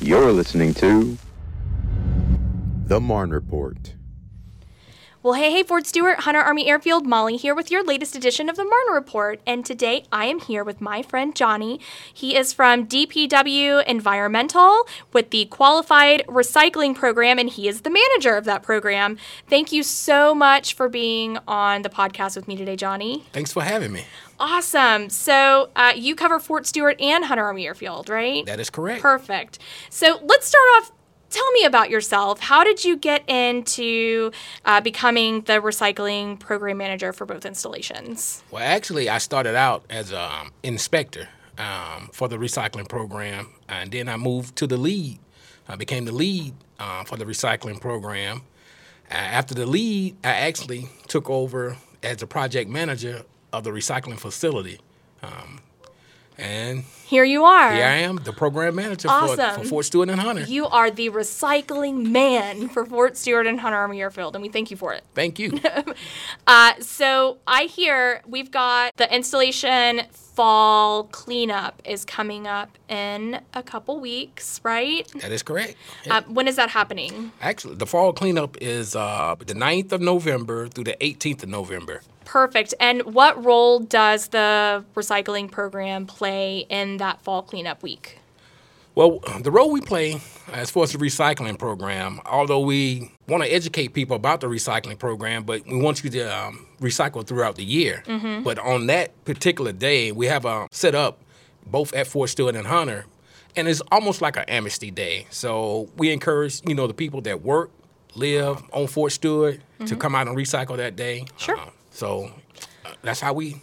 You're listening to The Marn Report. Well, hey, hey, Ford Stewart, Hunter Army Airfield, Molly here with your latest edition of the Marna Report. And today I am here with my friend Johnny. He is from DPW Environmental with the Qualified Recycling Program, and he is the manager of that program. Thank you so much for being on the podcast with me today, Johnny. Thanks for having me. Awesome. So uh, you cover Fort Stewart and Hunter Army Airfield, right? That is correct. Perfect. So let's start off. Tell me about yourself. How did you get into uh, becoming the recycling program manager for both installations? Well, actually, I started out as an um, inspector um, for the recycling program, and then I moved to the lead. I became the lead uh, for the recycling program. Uh, after the lead, I actually took over as the project manager of the recycling facility. Um, and Here you are. here I am, the program manager for, Awesome. for Fort Stewart and Hunter. You are the recycling man for Fort Stewart and Hunter Army Airfield, and we thank you for it. Thank you. Uh, so I hear we've got the installation fall cleanup is coming up in a couple weeks, right? that is correct. Uh, when is that happening? Actually, the fall cleanup is uh, the 9th of November through the 18th of November. Perfect. And what role does the recycling program play in that fall cleanup week? Well, the role we play as far as the recycling program, although we want to educate people about the recycling program, but we want you to um, recycle throughout the year. But on that particular day, we have a set up both at Fort Stewart and Hunter, and it's almost like an amnesty day. So we encourage you know the people that work, live on Fort Stewart to come out and recycle that day. Sure. so uh, that's how we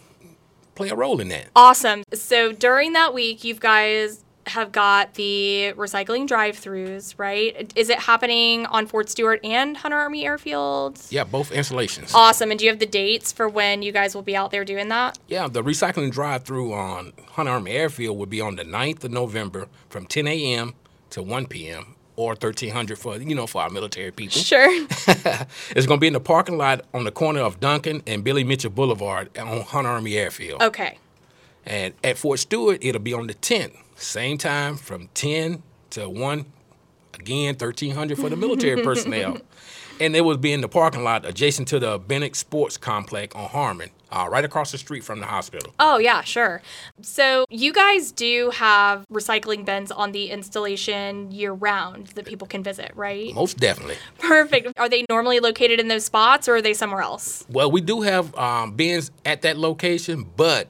play a role in that. Awesome. So during that week, you guys have got the recycling drive-throughs, right? Is it happening on Fort Stewart and Hunter Army Airfields? Yeah, both installations. Awesome. And do you have the dates for when you guys will be out there doing that? Yeah, the recycling drive through on Hunter Army Airfield will be on the 9th of November from 10 a.m. to 1 p.m. or 1300 for, you know, for our military people. Sure. It's going to be in the parking lot on the corner of Duncan and Billy Mitchell Boulevard on Hunter Army Airfield. Okay. And at Fort Stewart, it'll be on the 10th, same time from 10 to 1, again, 1300 for the military personnel. And it will be in the parking lot adjacent to the Bennett Sports Complex on Harmon, uh, right across the street from the hospital. Oh, yeah, sure. So, you guys do have recycling bins on the installation year round that people can visit, right? Most definitely. Perfect. Are they normally located in those spots or are they somewhere else? Well, we do have um, bins at that location, but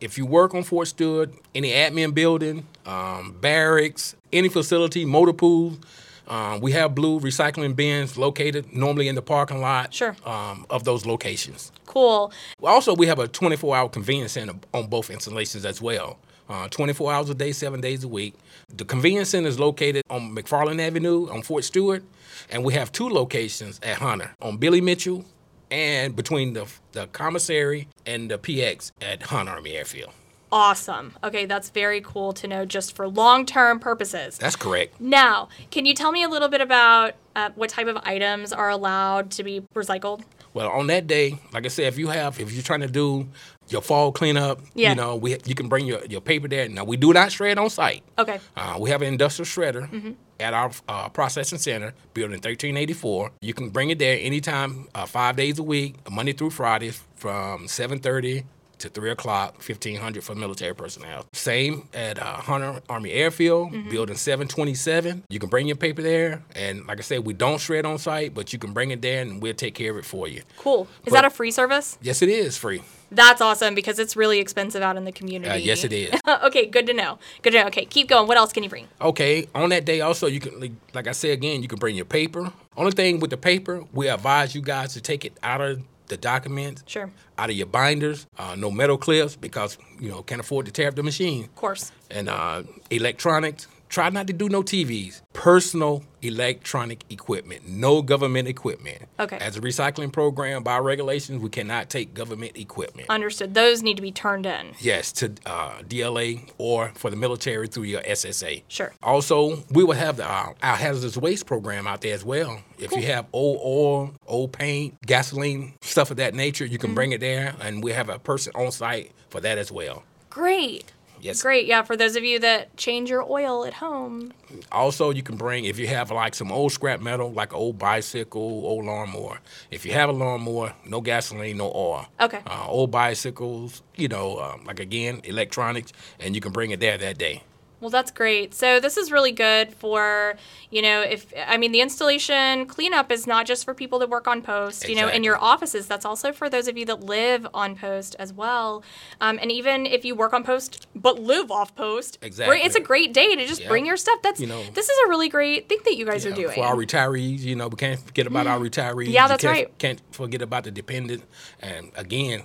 if you work on Fort Stewart, any admin building, um, barracks, any facility, motor pool, um, we have blue recycling bins located normally in the parking lot Sure. um, of those locations. Cool. Also, we have a 24 hour convenience center on both installations as well. Uh, 24 hours a day, seven days a week. The convenience center is located on McFarland Avenue on Fort Stewart, and we have two locations at Hunter on Billy Mitchell and between the, the commissary and the PX at Hunter Army Airfield. Awesome. Okay, that's very cool to know just for long term purposes. That's correct. Now, can you tell me a little bit about uh, what type of items are allowed to be recycled? Well, on that day, like I said, if you have, if you're trying to do your fall cleanup, Yeah. you know, we, you can bring your, your paper there. Now, we do not shred on site. Okay. Uh, we have an industrial shredder at our uh, processing center, building 1384. You can bring it there anytime, uh, five days a week, Monday through Friday, from 7:30 to 3 o'clock, 1500 for military personnel. Same at uh, Hunter Army Airfield, building 727. You can bring your paper there, and like I said, we don't shred on site, but you can bring it there, and we'll take care of it for you. Cool. Is But- that a free service? Yes, it is free. That's awesome because it's really expensive out in the community. Uh, yes, it is. okay, good to know. Good to know. Okay, keep going. What else can you bring? Okay, on that day also you can like, like I said again, you can bring your paper. Only thing with the paper, we advise you guys to take it out of the documents. Sure. Out of your binders, uh, no metal clips because you know can't afford to tear up the machine. Of course. And uh, electronics, try not to do no TVs. Personal electronic equipment, no government equipment. Okay. As a recycling program by regulations, we cannot take government equipment. Understood. Those need to be turned in. Yes, to uh, DLA or for the military through your SSA. Sure. Also, we will have the, uh, our hazardous waste program out there as well. If you have old oil, old paint, gasoline, stuff Mm-hmm. of that nature, you can bring it there, and we have a person on site for that as well. Great. Yes. Great. Yeah, for those of you that change your oil at home. Also, you can bring if you have like some old scrap metal, like an old bicycle, old lawnmower. If you have a lawnmower, no gasoline, no oil. Okay. Uh, old bicycles, you know, um, like again, electronics, and you can bring it there that day. Well, that's great. So this is really good for you know if I mean the installation cleanup is not just for people that work on post, you know, in Exactly. your offices. That's also for those of you that live on post as well, um, and even if you work on post but live off post. right, It's a Exactly. great day to just Yeah. bring your stuff. That's You know. this is a really great thing that you guys are Yeah, doing. Mm. For our retirees, you know, we can't forget about our retirees. Yeah, You that's can't, right. Can't forget about the dependent. And again,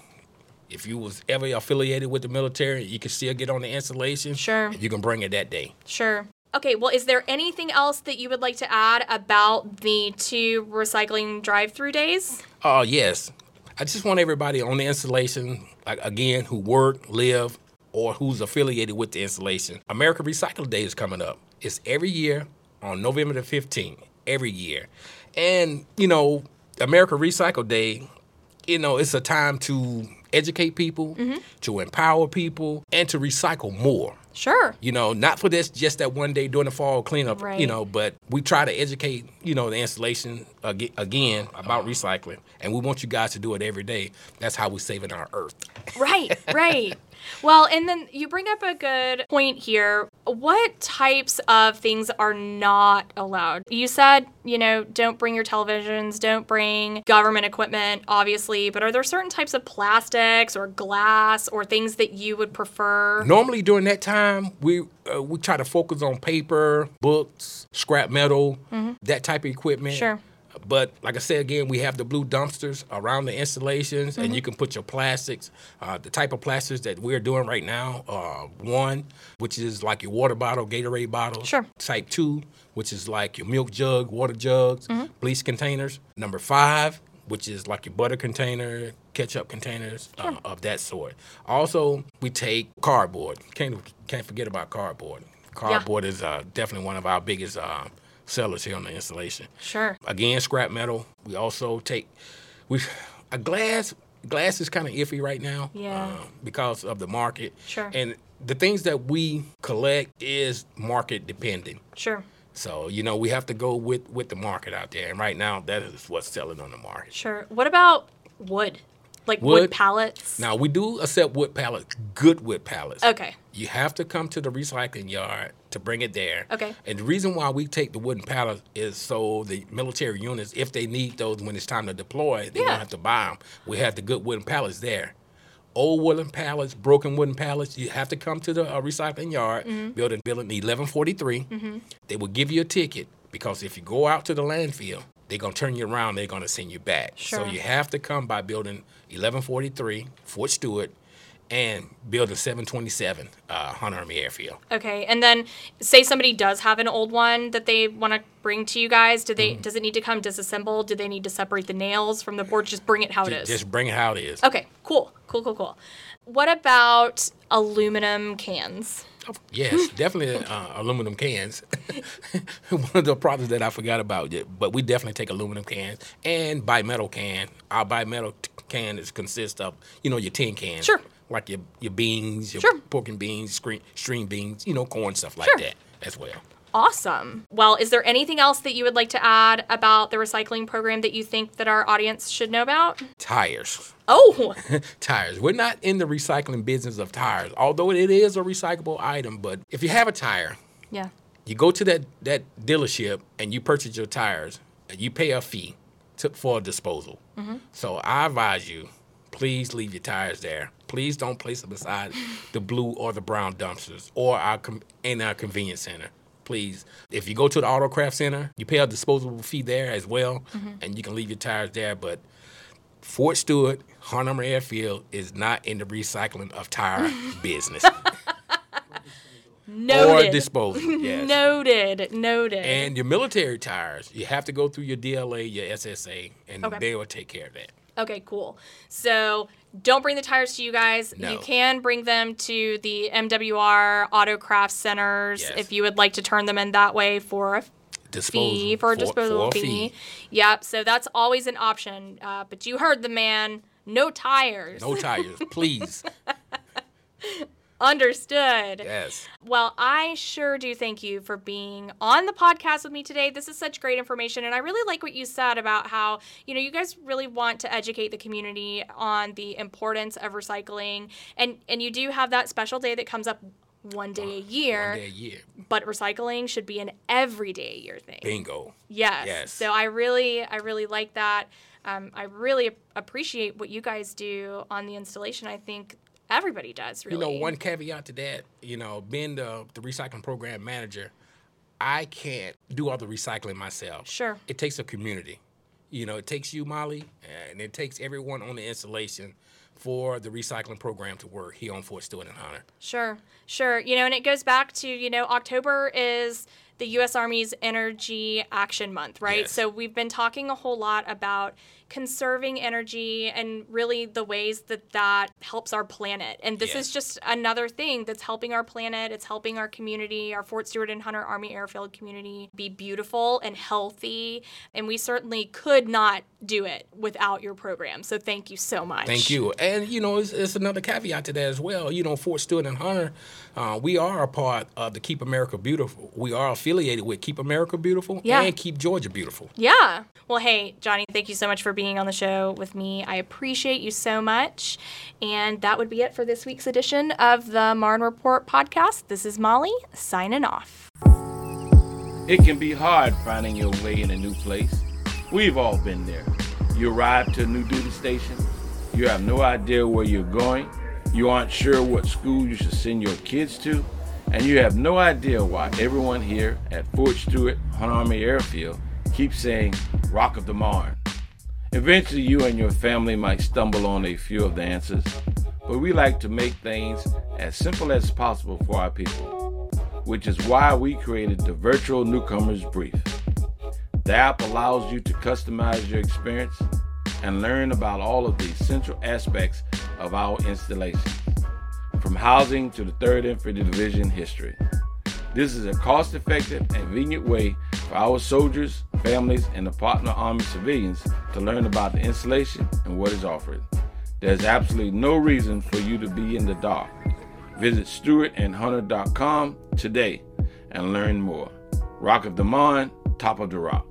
if you was ever affiliated with the military, you can still get on the installation. Sure. and You can bring it that day. Sure. Okay, well, is there anything else that you would like to add about the two recycling drive through days? Oh yes, I just want everybody on the installation, like again, who work, live, or who's affiliated with the installation. America Recycle Day is coming up. It's every year on November the fifteenth. Every year, and you know, America Recycle Day, you know, it's a time to educate people, to empower people, and to recycle more. Sure. You know, not for this just that one day during the fall cleanup. Right. You know, but we try to educate you know the installation ag- again about recycling, and we want you guys to do it every day. That's how we're saving our earth. Right, right. Well, and then you bring up a good point here. What types of things are not allowed? You said, you know, don't bring your televisions, don't bring government equipment, obviously, but are there certain types of plastics or glass or things that you would prefer? Normally during that time, we uh, we try to focus on paper, books, scrap metal, that type of equipment. Mm-hmm. Sure. But like I said again, we have the blue dumpsters around the installations, Mm-hmm. and you can put your plastics. Uh, the type of plastics that we're doing right now, uh, one, which is like your water bottle, Gatorade bottle. Sure. Type two, which is like your milk jug, water jugs, bleach containers. Number five, which is like your butter container, ketchup containers uh, of that sort. Also, we take cardboard. Can't can't forget about cardboard. Cardboard is uh, definitely one of our biggest uh, sellers here on the installation. Sure. Again, scrap metal. We also take we a glass. Glass is kind of iffy right now uh, Yeah. because of the market. Sure. And the things that we collect is market dependent. Sure. So you know we have to go with with the market out there, and right now that is what's selling on the market. Sure. What about wood? Like wood, Wood? pallets? Now we do accept wood pallets, good wood pallets. Okay. You have to come to the recycling yard to bring it there. Okay. And the reason why we take the wooden pallets is so the military units, if they need those when it's time to deploy, they Yeah. don't have to buy them. We have the good wooden pallets there. Old wooden pallets, broken wooden pallets, you have to come to the uh, recycling yard, Mm-hmm. building, building 1143. They will give you a ticket because if you go out to the landfill, they're going to turn you around, they're going to send you back. Sure. So you have to come by building 1143, Fort Stewart, and building 727, uh, Hunter Army Airfield. Okay. And then say somebody does have an old one that they want to bring to you guys, do Mm-hmm. they does it need to come disassembled? Do they need to separate the nails from the board? Just bring it how it is. Just bring it how it is. okay. Cool. Cool, cool, cool. What about aluminum cans? Yes, definitely uh, aluminum cans. One of the products that I forgot about, yeah, but we definitely take aluminum cans and bimetal can. Our bimetal t- can is consists of you know your tin cans, Sure. like your your beans, your Sure. pork and beans, screen, string beans, you know corn stuff like Sure. that as well. Awesome. Well, is there anything else that you would like to add about the recycling program that you think that our audience should know about? Tires. Oh, tires. We're not in the recycling business of tires, although it is a recyclable item. But if you have a tire, yeah. you go to that that dealership and you purchase your tires. You pay a fee to, for disposal. So I advise you, please leave your tires there. Please don't place them beside the blue or the brown dumpsters or our com- in our convenience center. Please, if you go to the autocraft center, you pay a disposable fee there as well, and you can leave your tires there. But Fort Stewart, Harnum Airfield is not in the recycling of tire business or Noted. disposal. Yes. Noted. Noted. And your military tires, you have to go through your DLA, your SSA, and Okay. they will take care of that. Okay, cool. So don't bring the tires to you guys. You No. can bring them to the MWR Auto Craft Centers Yes. if you would like to turn them in that way for a Disposal fee, for a disposal for a fee. Yep, so that's always an option. Uh, but you heard the man. No tires. No tires, please. Understood. Yes. Well, I sure do thank you for being on the podcast with me today. This is such great information. And I really like what you said about how, you know, you guys really want to educate the community on the importance of recycling. And and you do have that special day that comes up one day a year. One day a year. But recycling should be an everyday a year thing. Bingo. Yes. Yes. So I really, I really like that. Um, I really appreciate what you guys do on the installation. I think everybody does. Really. You know, one caveat to that, you know, being the, the recycling program manager, I can't do all the recycling myself. Sure. It takes a community. You know, it takes you, Molly, and it takes everyone on the installation for the recycling program to work here on Fort Stewart and Honor. Sure, sure. You know, and it goes back to, you know, October is the U.S. Army's Energy Action Month, right? Yes. So we've been talking a whole lot about conserving energy and really the ways that that helps our planet. And this is Yes. just another thing that's helping our planet. It's helping our community, our Fort Stewart and Hunter Army Airfield community be beautiful and healthy. And we certainly could not do it without your program. So thank you so much. Thank you. And, you know, it's, it's another caveat to that as well. You know, Fort Stewart and Hunter, uh, we are a part of the Keep America Beautiful. We are affiliated with Keep America Beautiful Yeah. and Keep Georgia Beautiful. Yeah. Well, hey, Johnny, thank you so much for being on the show with me. I appreciate you so much. And that would be it for this week's edition of the Marn Report podcast. This is Molly signing off. It can be hard finding your way in a new place. We've all been there. You arrive to a new duty station, you have no idea where you're going, you aren't sure what school you should send your kids to, and you have no idea why everyone here at Fort Stewart Hunt Army Airfield keeps saying Rock of the Marne. Eventually, you and your family might stumble on a few of the answers, but we like to make things as simple as possible for our people which is why we created the Virtual Newcomers Brief. The app allows you to customize your experience and learn about all of the essential aspects of our installation, from housing to the 3rd Infantry Division history. This is a cost effective and convenient way for our soldiers, families, and the partner Army civilians to learn about the installation and what is offered. There's absolutely no reason for you to be in the dark. Visit stewartandhunter.com today and learn more. Rock of the Mon, top of the rock.